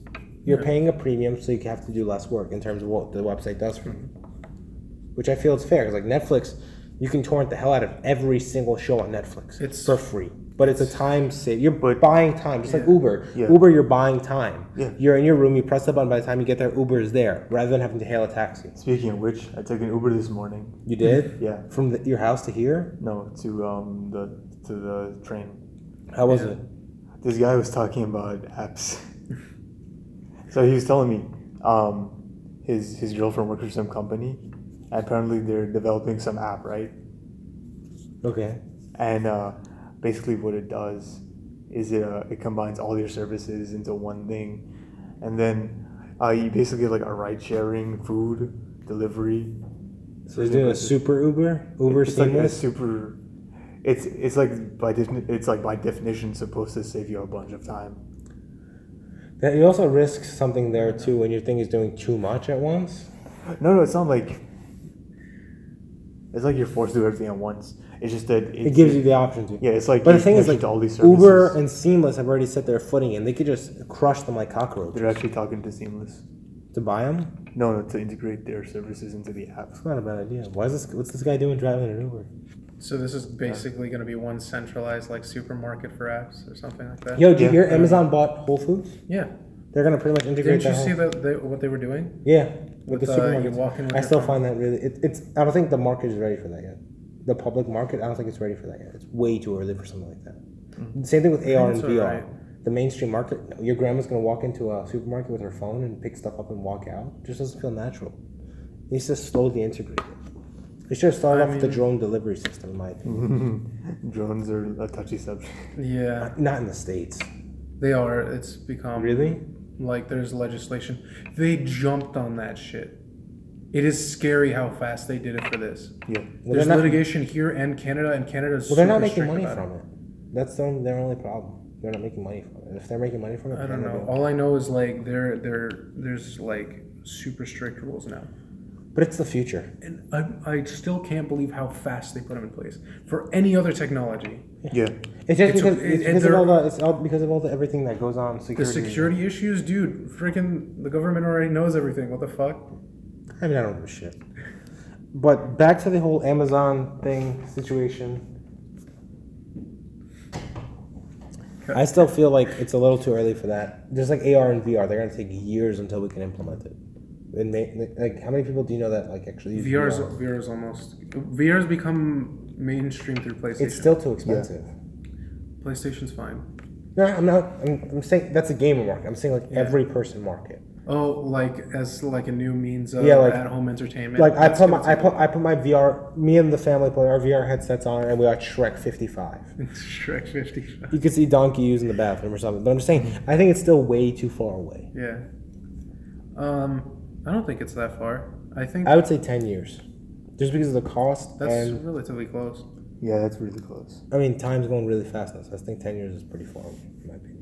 [SPEAKER 3] you're paying a premium, so you have to do less work in terms of what the website does for you.
[SPEAKER 4] Mm-hmm.
[SPEAKER 3] Which I feel is fair, because like Netflix, you can torrent the hell out of every single show on Netflix
[SPEAKER 2] It's-
[SPEAKER 3] for free, but it's a time save. You're
[SPEAKER 4] But-
[SPEAKER 3] buying time, just like Uber.
[SPEAKER 4] Yeah.
[SPEAKER 3] Uber, you're buying time.
[SPEAKER 4] Yeah.
[SPEAKER 3] You're in your room, you press the button. By the time you get there, Uber is there, rather than having to hail a taxi.
[SPEAKER 4] Speaking of which, I took an Uber this morning.
[SPEAKER 3] You did
[SPEAKER 4] Yeah.
[SPEAKER 3] from the, your house to here.
[SPEAKER 4] No, to um the to the train.
[SPEAKER 3] How was
[SPEAKER 2] Yeah.
[SPEAKER 3] it?
[SPEAKER 4] This guy was talking about apps. so he was telling me, um, his his girlfriend works for some company, and apparently they're developing some app, right?
[SPEAKER 3] Okay.
[SPEAKER 4] And uh, basically, what it does is it, uh, it combines all your services into one thing, and then uh, you basically get like a ride sharing, food delivery.
[SPEAKER 3] So he's doing a super Uber, Uber
[SPEAKER 4] it's like a
[SPEAKER 3] seamless.
[SPEAKER 4] super. It's it's like by defini- it's like by definition supposed to save you a bunch of time.
[SPEAKER 3] That you also risk something there too when your thing is doing too much at once.
[SPEAKER 4] No, no, it's not like. It's like you're forced to do everything at once. It's just that
[SPEAKER 3] It gives you the option to.
[SPEAKER 4] Yeah, it's like
[SPEAKER 3] But the
[SPEAKER 4] you
[SPEAKER 3] thing is,
[SPEAKER 4] connect
[SPEAKER 3] like
[SPEAKER 4] to all these services.
[SPEAKER 3] Uber and Seamless have already set their footing, and they could just crush them like cockroaches
[SPEAKER 4] They're actually talking to Seamless.
[SPEAKER 3] to buy them.
[SPEAKER 4] No, no, to integrate their services into the app. (laughs)
[SPEAKER 3] It's not a bad idea. Why is this? What's this guy doing driving an Uber?
[SPEAKER 2] So this is basically going to be one centralized like supermarket for apps or something like that.
[SPEAKER 3] Yo, did
[SPEAKER 4] Yeah.
[SPEAKER 3] you hear Amazon bought Whole Foods?
[SPEAKER 2] Yeah.
[SPEAKER 3] They're gonna pretty much integrate
[SPEAKER 2] Didn't you
[SPEAKER 3] that.
[SPEAKER 2] see
[SPEAKER 3] whole-
[SPEAKER 2] that they, what they were doing?
[SPEAKER 3] yeah,
[SPEAKER 2] With
[SPEAKER 3] with,
[SPEAKER 2] the-
[SPEAKER 3] the,
[SPEAKER 2] you
[SPEAKER 3] supermarket.
[SPEAKER 2] walk uh, in with
[SPEAKER 3] I
[SPEAKER 2] your
[SPEAKER 3] still
[SPEAKER 2] phone.
[SPEAKER 3] find that really. It, it's. I don't think the market is ready for that yet. The public market. I don't think it's ready for that yet. It's way too early for something like that.
[SPEAKER 2] Mm-hmm.
[SPEAKER 3] Same thing with AR and
[SPEAKER 2] That's
[SPEAKER 3] VR.
[SPEAKER 2] alright.
[SPEAKER 3] The mainstream market. No, your grandma's gonna walk into a supermarket with her phone and pick stuff up and walk out. It just doesn't feel natural. It needs to slowly integrate it. They should have started
[SPEAKER 2] I
[SPEAKER 3] off with the
[SPEAKER 2] mean-
[SPEAKER 3] drone delivery system, in my opinion.
[SPEAKER 4] Drones are a touchy subject.
[SPEAKER 2] Yeah,
[SPEAKER 3] Not in the states.
[SPEAKER 2] they are. It's become
[SPEAKER 3] Really?
[SPEAKER 2] like there's legislation. They jumped on that shit. It is scary how fast they did it for this.
[SPEAKER 4] Yeah.
[SPEAKER 3] Well,
[SPEAKER 2] there's
[SPEAKER 3] they're not,
[SPEAKER 2] litigation here and Canada, and Canada is
[SPEAKER 3] well, they're
[SPEAKER 2] super
[SPEAKER 3] not making
[SPEAKER 2] strict
[SPEAKER 3] money
[SPEAKER 2] about it.
[SPEAKER 3] from it. That's their, their only problem. They're not making money from it. If they're making money from it,
[SPEAKER 2] I
[SPEAKER 3] then
[SPEAKER 2] don't
[SPEAKER 3] they're
[SPEAKER 2] know.
[SPEAKER 3] doing-
[SPEAKER 2] All I know is like there, there, there's like super strict rules now.
[SPEAKER 3] But it's the future.
[SPEAKER 2] And I, I still can't believe how fast they put them in place for any other technology.
[SPEAKER 4] Yeah.
[SPEAKER 3] It's just
[SPEAKER 2] It's-
[SPEAKER 3] because
[SPEAKER 2] it-
[SPEAKER 3] it's
[SPEAKER 2] it-
[SPEAKER 3] because of
[SPEAKER 2] they're-
[SPEAKER 3] all the it's all because of all the everything that goes on
[SPEAKER 2] The
[SPEAKER 3] security.
[SPEAKER 2] security issues, dude. Freaking the government already knows everything. What the fuck?
[SPEAKER 3] I mean, I don't give a shit. But back to the whole Amazon thing situation. I still feel like it's a little too early for that. Just like AR and VR, they're gonna take years until we can implement it. And may, like, how many people do you know that like actually use
[SPEAKER 2] VR is VR is almost VR's become mainstream through PlayStation.
[SPEAKER 3] It's still too expensive.
[SPEAKER 2] PlayStation's fine.
[SPEAKER 3] No, I'm not. I'm, I'm saying that's a gamer market. I'm saying like every person market.
[SPEAKER 2] Oh, like as like a new means of
[SPEAKER 3] Yeah, like-
[SPEAKER 2] at-home entertainment.
[SPEAKER 3] Like I
[SPEAKER 2] That's
[SPEAKER 3] put my
[SPEAKER 2] gonna
[SPEAKER 3] I put I put my VR. Me and the family put our VR headsets on and we watch Shrek 55.
[SPEAKER 2] take- Shrek 50.
[SPEAKER 3] You could see Donkey using the bathroom or something. But I'm just saying, I think it's still way too far away.
[SPEAKER 2] Yeah. Um, I don't think it's that far. I think
[SPEAKER 3] I would say 10 years, just because of the cost
[SPEAKER 2] that's
[SPEAKER 3] and
[SPEAKER 2] relatively close.
[SPEAKER 4] Yeah, that's really close.
[SPEAKER 3] I mean time's going really fast now. So I think 10 years is pretty far, away, in my opinion.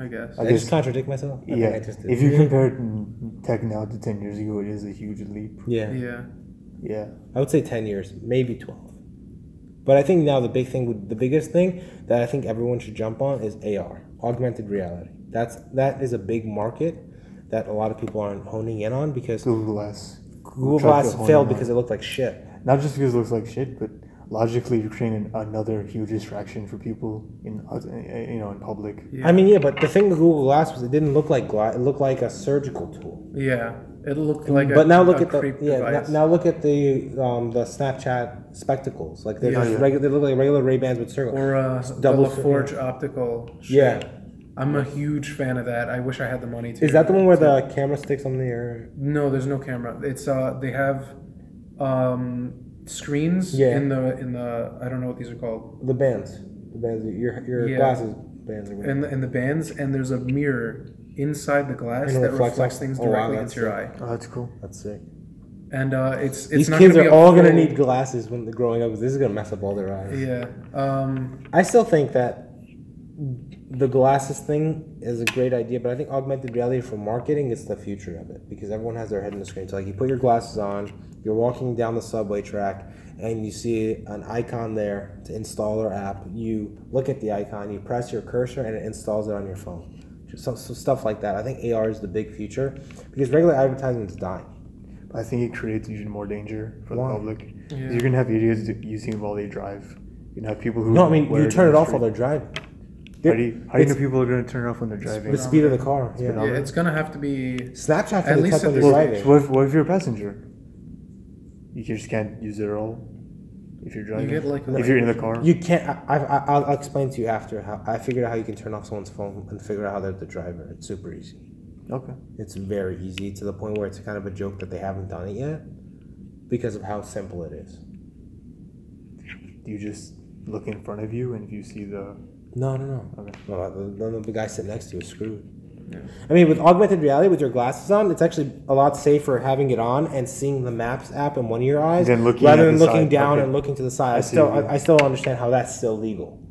[SPEAKER 2] I guess.
[SPEAKER 3] Did I just contradict myself. I
[SPEAKER 4] yeah,
[SPEAKER 3] think I just did.
[SPEAKER 4] if you compare mm, tech now to ten years ago, it is a huge leap.
[SPEAKER 3] yeah,
[SPEAKER 2] Yeah.
[SPEAKER 4] Yeah,
[SPEAKER 3] I would say 10 years, maybe 12. But I think now the big thing, would- the biggest thing that I think everyone should jump on is AR, augmented reality. That's that is a big market that a lot of people aren't honing in on because
[SPEAKER 4] Google Glass.
[SPEAKER 3] Google
[SPEAKER 4] tried to
[SPEAKER 3] Glass
[SPEAKER 4] hone
[SPEAKER 3] failed
[SPEAKER 4] in on-
[SPEAKER 3] because it looked like shit.
[SPEAKER 4] not just because it looks like shit, but logically you're creating another huge distraction for people in uh, you know in public.
[SPEAKER 2] Yeah.
[SPEAKER 3] I mean, yeah, but the thing with Google Glass was it didn't look like glass; it looked like a surgical tool.
[SPEAKER 2] Yeah. It looked like.
[SPEAKER 3] Mm, but
[SPEAKER 2] a,
[SPEAKER 3] now look
[SPEAKER 2] a
[SPEAKER 3] at the
[SPEAKER 2] creep
[SPEAKER 3] yeah. Now,
[SPEAKER 2] device.
[SPEAKER 3] now look at the um, the Snapchat spectacles. Like they're
[SPEAKER 2] Yeah.
[SPEAKER 3] just regu- they look like regular Ray Bans with circles.
[SPEAKER 2] or uh, the
[SPEAKER 3] double-
[SPEAKER 2] LaForge optical. shit.
[SPEAKER 3] yeah,
[SPEAKER 2] I'm a huge fan of that. I wish I had the money to.
[SPEAKER 3] is that the one where the camera sticks on the air?
[SPEAKER 2] No, there's no camera. It's uh, they have, um, screens
[SPEAKER 3] Yeah.
[SPEAKER 2] in the in the I don't know what these are called
[SPEAKER 3] The bands, the bands, your your
[SPEAKER 2] Yeah.
[SPEAKER 3] glasses bands or whatever.
[SPEAKER 2] in the in the bands, and there's a mirror inside the glass
[SPEAKER 3] And it
[SPEAKER 2] that
[SPEAKER 3] reflects
[SPEAKER 2] reflects,
[SPEAKER 3] off-
[SPEAKER 2] things
[SPEAKER 3] oh, wow,
[SPEAKER 2] directly
[SPEAKER 3] that's
[SPEAKER 2] into your eye.
[SPEAKER 4] Oh, that's cool.
[SPEAKER 3] That's sick.
[SPEAKER 2] And uh, it's it's
[SPEAKER 3] These
[SPEAKER 2] not
[SPEAKER 3] kids
[SPEAKER 2] gonna
[SPEAKER 3] are
[SPEAKER 2] be a
[SPEAKER 3] all gonna
[SPEAKER 2] full-
[SPEAKER 3] need glasses when they're growing up. 'cause This is gonna mess up all their eyes.
[SPEAKER 2] Yeah. Um,
[SPEAKER 3] I still think that the glasses thing is a great idea, but I think augmented reality for marketing is the future of it because everyone has their head in the screen. So, like, you put your glasses on, you're walking down the subway track, and you see an icon there to install our app. You look at the icon, you press your cursor, and it installs it on your phone. Just some, some stuff like that. I think AR is the big future because regular advertising is dying.
[SPEAKER 4] I think it creates even more danger for
[SPEAKER 3] Why?
[SPEAKER 4] the public.
[SPEAKER 2] Yeah.
[SPEAKER 4] You're gonna have idiots do- using it while they drive. You're gonna have people who
[SPEAKER 3] No, I mean,
[SPEAKER 4] wear
[SPEAKER 3] you turn
[SPEAKER 4] on
[SPEAKER 3] it
[SPEAKER 4] the
[SPEAKER 3] off while
[SPEAKER 4] street.
[SPEAKER 3] they're driving.
[SPEAKER 4] How do you, how do you know people are gonna turn it off when they're driving?
[SPEAKER 3] The speed of the car.
[SPEAKER 2] yeah,
[SPEAKER 3] Yeah.
[SPEAKER 2] it's gonna have to be.
[SPEAKER 3] Snapchat
[SPEAKER 2] At
[SPEAKER 3] can
[SPEAKER 2] least
[SPEAKER 3] detect
[SPEAKER 2] at
[SPEAKER 3] when you're
[SPEAKER 2] this-
[SPEAKER 4] Well,
[SPEAKER 3] driving.
[SPEAKER 4] so what, if, what if you're a passenger? You just can't use it at all if you're driving.
[SPEAKER 2] get, like,
[SPEAKER 4] if you're in the car.
[SPEAKER 3] You can't. I, I, I- I'll, I'll explain to you after how I figured out how you can turn off someone's phone and figure out how they're the driver. It's super easy.
[SPEAKER 4] okay.
[SPEAKER 3] It's very easy to the point where it's kind of a joke that they haven't done it yet because of how simple it is.
[SPEAKER 4] Do you just look in front of you and if you see the
[SPEAKER 3] No, no, no.
[SPEAKER 4] Okay.
[SPEAKER 3] Well, the, the, the guy sitting next to you is screwed. I mean, with augmented reality, with your glasses on, it's actually a lot safer having it on and seeing the Maps app in one of your eyes
[SPEAKER 4] Than looking
[SPEAKER 3] rather
[SPEAKER 4] at
[SPEAKER 3] than
[SPEAKER 4] the
[SPEAKER 3] looking
[SPEAKER 4] side.
[SPEAKER 3] down
[SPEAKER 4] Okay.
[SPEAKER 3] and looking to the side. I,
[SPEAKER 4] I see
[SPEAKER 3] still,
[SPEAKER 4] what you
[SPEAKER 3] I, I still don't understand how that's still legal.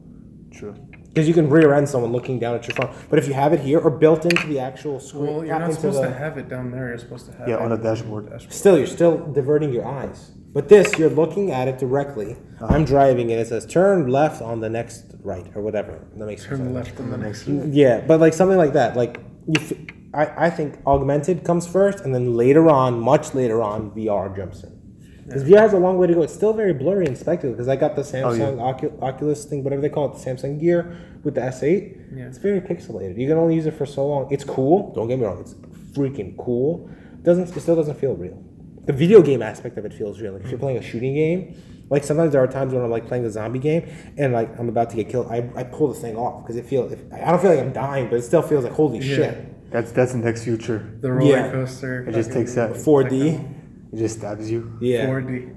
[SPEAKER 4] true?
[SPEAKER 3] Because you can rear end someone looking down at your phone. But if you have it here or built into the actual screen,
[SPEAKER 2] Well, you're not
[SPEAKER 3] into
[SPEAKER 2] supposed
[SPEAKER 3] the-
[SPEAKER 2] to have it down there. You're supposed to have
[SPEAKER 4] Yeah,
[SPEAKER 2] it
[SPEAKER 4] on a dashboard.
[SPEAKER 3] Still, you're still diverting your eyes. But this, you're looking at it directly.
[SPEAKER 2] Uh-huh.
[SPEAKER 3] I'm driving, and it says turn left on the next right or whatever. That makes
[SPEAKER 2] Turn
[SPEAKER 3] sense.
[SPEAKER 2] left on the next.
[SPEAKER 3] Yeah, but like something like that. Like you, f- I, I think augmented comes first, and then later on, much later on, VR jumps in. Because VR has a long way to go. It's still very blurry and spectacular. Because I got the
[SPEAKER 2] Oh,
[SPEAKER 3] Samsung Ocu- Oculus thing, whatever they call it, the Samsung Gear with the S8.
[SPEAKER 2] Yeah.
[SPEAKER 3] It's very pixelated. You can only use it for so long. It's cool. Don't get me wrong. It's freaking cool. Doesn't it still doesn't feel real. The video game aspect of it feels real. Like if you're playing a shooting game, like sometimes there are times when I'm like playing a zombie game and like I'm about to get killed, I, I pull this thing off because it feels. I don't feel like I'm dying, but it still feels like holy shit.
[SPEAKER 4] That's that's the next future.
[SPEAKER 2] The roller
[SPEAKER 3] Yeah.
[SPEAKER 2] coaster.
[SPEAKER 4] It just
[SPEAKER 2] fucking
[SPEAKER 4] takes that.
[SPEAKER 3] 4D.
[SPEAKER 4] It just stabs you.
[SPEAKER 3] Yeah.
[SPEAKER 2] 4D.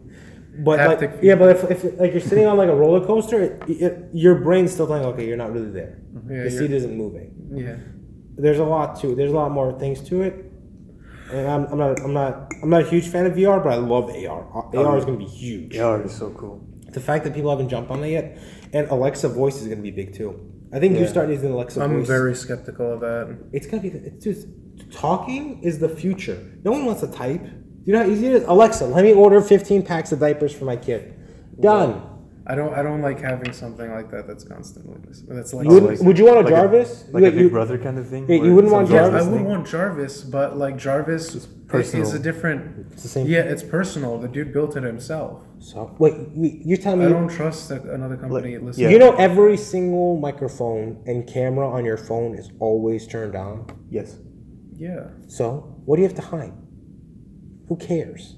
[SPEAKER 3] But
[SPEAKER 2] Haptic
[SPEAKER 3] like, yeah, but if, if like you're sitting on like a roller coaster, it, it, your brain's still thinking, okay, you're not really there.
[SPEAKER 2] Yeah,
[SPEAKER 3] the
[SPEAKER 2] you're-
[SPEAKER 3] seat isn't moving.
[SPEAKER 2] Yeah.
[SPEAKER 3] There's a lot to. There's a lot more things to it. And I'm, I'm not. I'm not. I'm not a huge fan of VR, but I love AR.
[SPEAKER 2] Oh,
[SPEAKER 3] AR is going to be huge.
[SPEAKER 4] AR is so cool.
[SPEAKER 3] The fact that people haven't jumped on it yet, and Alexa voice is going to be big too. I think you start using Alexa
[SPEAKER 2] I'm
[SPEAKER 3] voice.
[SPEAKER 2] very skeptical of that.
[SPEAKER 3] It's gonna be. The, it's just talking is the future. No one wants to type. Do you know how easy it is? Alexa, let me order 15 packs of diapers for my kid. Done.
[SPEAKER 2] I don't. I don't like having something like that that's constantly. That's like.
[SPEAKER 3] You wouldn't-
[SPEAKER 4] Like-
[SPEAKER 3] would you want a
[SPEAKER 4] like
[SPEAKER 3] Jarvis?
[SPEAKER 4] A, like
[SPEAKER 3] You-
[SPEAKER 4] a Big
[SPEAKER 3] you-
[SPEAKER 4] Brother kind of thing?
[SPEAKER 3] Yeah, you
[SPEAKER 4] where
[SPEAKER 3] wouldn't
[SPEAKER 4] some
[SPEAKER 3] want
[SPEAKER 2] yeah, I
[SPEAKER 3] Jarvis
[SPEAKER 2] would
[SPEAKER 4] thing-
[SPEAKER 2] want Jarvis, but like Jarvis is
[SPEAKER 4] personal.
[SPEAKER 2] a different.
[SPEAKER 3] It's the same.
[SPEAKER 2] Yeah, it's personal. The dude built it himself.
[SPEAKER 3] So wait, you- you're telling
[SPEAKER 2] I
[SPEAKER 3] me
[SPEAKER 2] don't trust that another company.
[SPEAKER 4] Like,
[SPEAKER 2] listens.
[SPEAKER 4] yeah.
[SPEAKER 3] you know every single microphone and camera on your phone is always turned on.
[SPEAKER 4] Yes.
[SPEAKER 2] Yeah.
[SPEAKER 3] So what do you have to hide? Who cares?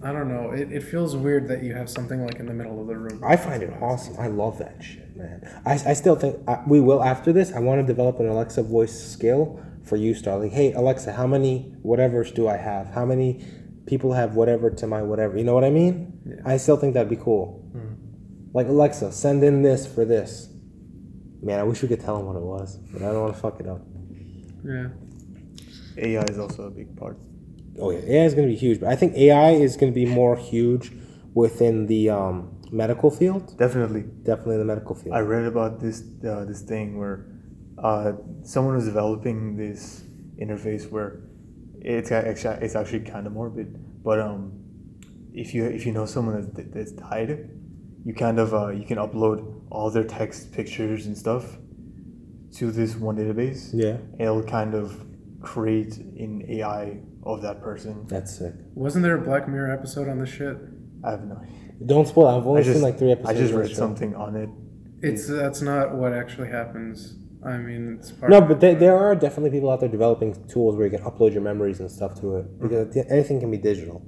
[SPEAKER 2] I don't know. It, it feels weird that you have something like in the middle of the room.
[SPEAKER 3] I find it awesome. I love that shit, man. I, I still think I, we will after this. I want to develop an Alexa voice skill for you, Starling. Hey, Alexa, how many whatevers do I have? How many people have whatever to my whatever? You know what I mean? I still think that'd be cool. Like, Alexa, send in this for this. Man, I wish we could tell him what it was, but I don't want to fuck it up.
[SPEAKER 2] Yeah.
[SPEAKER 4] AI is also a big part.
[SPEAKER 3] Oh yeah, AI is going to be huge, but I think AI is going to be more huge within the um, medical field.
[SPEAKER 4] Definitely.
[SPEAKER 3] Definitely in the medical field.
[SPEAKER 4] I read about this uh, this thing where uh, someone was developing this interface where it's actually it's actually kind of morbid, but um, if you if you know someone that's, that's died, you kind of uh, you can upload all their text, pictures, and stuff to this one database.
[SPEAKER 3] yeah,
[SPEAKER 4] And it'll kind of create an AI of that person.
[SPEAKER 3] that's sick.
[SPEAKER 2] Wasn't there a Black Mirror episode on this shit?
[SPEAKER 4] I have no. idea.
[SPEAKER 3] Don't spoil. it. I've only
[SPEAKER 4] I just
[SPEAKER 3] seen like three episodes.
[SPEAKER 4] I just
[SPEAKER 3] of the
[SPEAKER 4] read
[SPEAKER 3] show.
[SPEAKER 4] something on it.
[SPEAKER 2] It's that's not what actually happens. I mean, it's part.
[SPEAKER 3] No,
[SPEAKER 2] of
[SPEAKER 3] but
[SPEAKER 2] it,
[SPEAKER 3] there, there are definitely people out there developing tools where you can upload your memories and stuff to it because th- anything can be digital.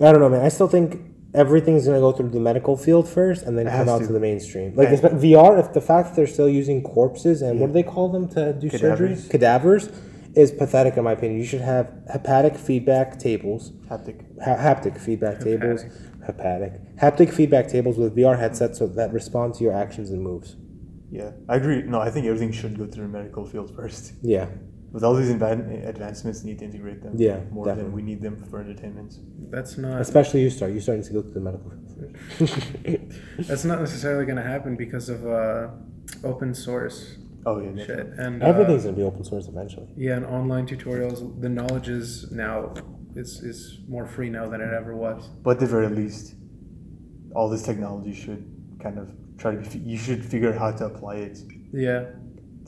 [SPEAKER 3] I don't know, man. I still think everything's gonna go through the medical field first and then come
[SPEAKER 4] has
[SPEAKER 3] out to.
[SPEAKER 4] to.
[SPEAKER 3] the mainstream. Like
[SPEAKER 4] Yeah.
[SPEAKER 3] espe- VR, if the fact that they're still using corpses and what do they call them to do surgery?
[SPEAKER 4] Cadavers.
[SPEAKER 3] Cadavers is pathetic in my opinion. You should have hepatic feedback tables
[SPEAKER 4] Haptic.
[SPEAKER 3] ha- haptic feedback tables, hepatic, haptic feedback tables with VR headsets so that respond to your actions and moves.
[SPEAKER 4] Yeah, I agree. No, I think everything should go through the medical field (laughs) first.
[SPEAKER 3] Yeah,
[SPEAKER 4] With all these advan- advancements, need to integrate them.
[SPEAKER 3] Yeah,
[SPEAKER 4] more
[SPEAKER 3] definitely.
[SPEAKER 4] than we need them for entertainment.
[SPEAKER 2] that's not.
[SPEAKER 3] especially you start. You starting to go to the medical. field.
[SPEAKER 2] (laughs) That's not necessarily going to happen because of uh, open source
[SPEAKER 4] Oh yeah, yeah.
[SPEAKER 2] shit and uh,
[SPEAKER 3] Everything's gonna be open source eventually.
[SPEAKER 2] Yeah, and online tutorials. The knowledge is now is is more free now than it ever was.
[SPEAKER 4] But at the very least, all this technology should kind of try to. Be, you should figure out how to apply it
[SPEAKER 2] Yeah,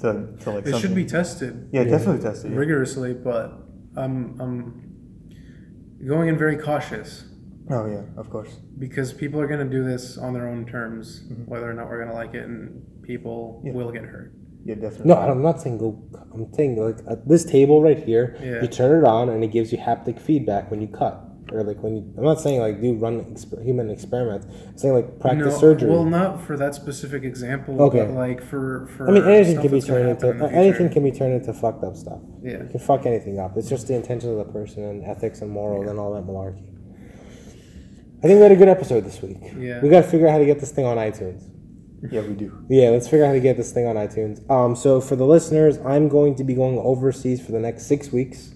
[SPEAKER 4] to, to like.
[SPEAKER 2] it
[SPEAKER 4] something.
[SPEAKER 2] should be tested
[SPEAKER 4] Yeah, definitely test it. yeah.
[SPEAKER 2] rigorously, but I'm I'm going in very cautious
[SPEAKER 4] Oh yeah, of course.
[SPEAKER 2] because people are going to do this on their own terms,
[SPEAKER 3] Mm-hmm.
[SPEAKER 2] whether or not we're going to like it, and people
[SPEAKER 4] Yeah.
[SPEAKER 2] will get hurt.
[SPEAKER 4] Yeah, definitely.
[SPEAKER 3] No, I'm not saying go. I'm saying like at this table right here.
[SPEAKER 2] Yeah.
[SPEAKER 3] You turn it on and it gives you haptic feedback when you cut or like when you. I'm not saying like do run exper- human experiments. I'm saying like practice surgery.
[SPEAKER 2] Well, not for that specific example,
[SPEAKER 3] Okay.
[SPEAKER 2] but like for for.
[SPEAKER 3] I mean, anything
[SPEAKER 2] stuff
[SPEAKER 3] can be
[SPEAKER 2] that's gonna
[SPEAKER 3] turned into
[SPEAKER 2] happen in the
[SPEAKER 3] anything
[SPEAKER 2] future.
[SPEAKER 3] can be turned into fucked up stuff.
[SPEAKER 2] Yeah.
[SPEAKER 3] You can fuck anything up. It's just the intention of the person and ethics and morals and all that malarkey. I think we had a good episode this week.
[SPEAKER 2] Yeah.
[SPEAKER 3] We got to figure out how to get this thing on iTunes.
[SPEAKER 4] Yeah, we do.
[SPEAKER 3] Yeah, let's figure out how to get this thing on iTunes. Um, so for the listeners, I'm going to be going overseas for the next six weeks.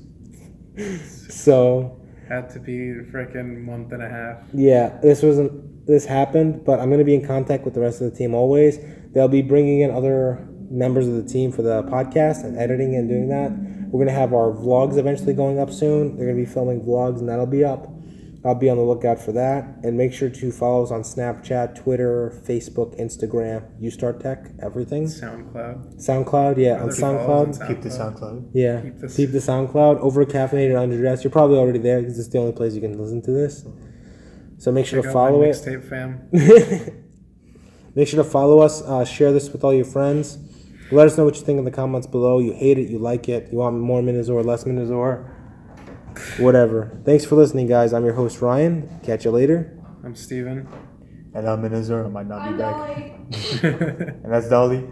[SPEAKER 3] so
[SPEAKER 2] had to be freaking month and a half.
[SPEAKER 3] yeah, this wasn't this happened, but I'm going to be in contact with the rest of the team always. They'll be bringing in other members of the team for the podcast and editing and doing that. We're going to have our vlogs eventually going up soon. They're going to be filming vlogs and that'll be up. I'll be on the lookout for that and make sure to follow us on Snapchat, Twitter, Facebook, Instagram, Start Tech, everything.
[SPEAKER 2] SoundCloud.
[SPEAKER 3] SoundCloud, yeah, on
[SPEAKER 2] Other follows
[SPEAKER 3] SoundCloud.
[SPEAKER 2] on
[SPEAKER 4] Keep the SoundCloud.
[SPEAKER 3] Yeah,
[SPEAKER 2] Keep
[SPEAKER 3] keep,
[SPEAKER 2] this-
[SPEAKER 3] the SoundCloud over caffeinated underdressed. You're probably already there because it's the only place you can listen to this. So make sure
[SPEAKER 2] Check
[SPEAKER 3] to
[SPEAKER 2] out
[SPEAKER 3] follow
[SPEAKER 2] my
[SPEAKER 3] it.
[SPEAKER 2] Mixtape fam.
[SPEAKER 3] (laughs) Make sure to follow us. Uh, share this with all your friends. Let us know what you think in the comments below. You hate it, you like it, you want more Minazor, less Minazor, whatever. Thanks for listening, guys. I'm your host Ryan. Catch you later.
[SPEAKER 2] I'm Steven. (laughs)
[SPEAKER 4] And I'm in Azure. I might not be
[SPEAKER 5] I'm
[SPEAKER 4] back.
[SPEAKER 5] Dolly.
[SPEAKER 4] And that's Dolly.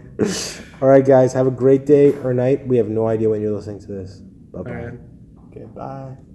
[SPEAKER 3] All right, guys. Have a great day or night. We have no idea when you're listening to this. Bye bye.
[SPEAKER 2] All right.
[SPEAKER 4] Okay, bye.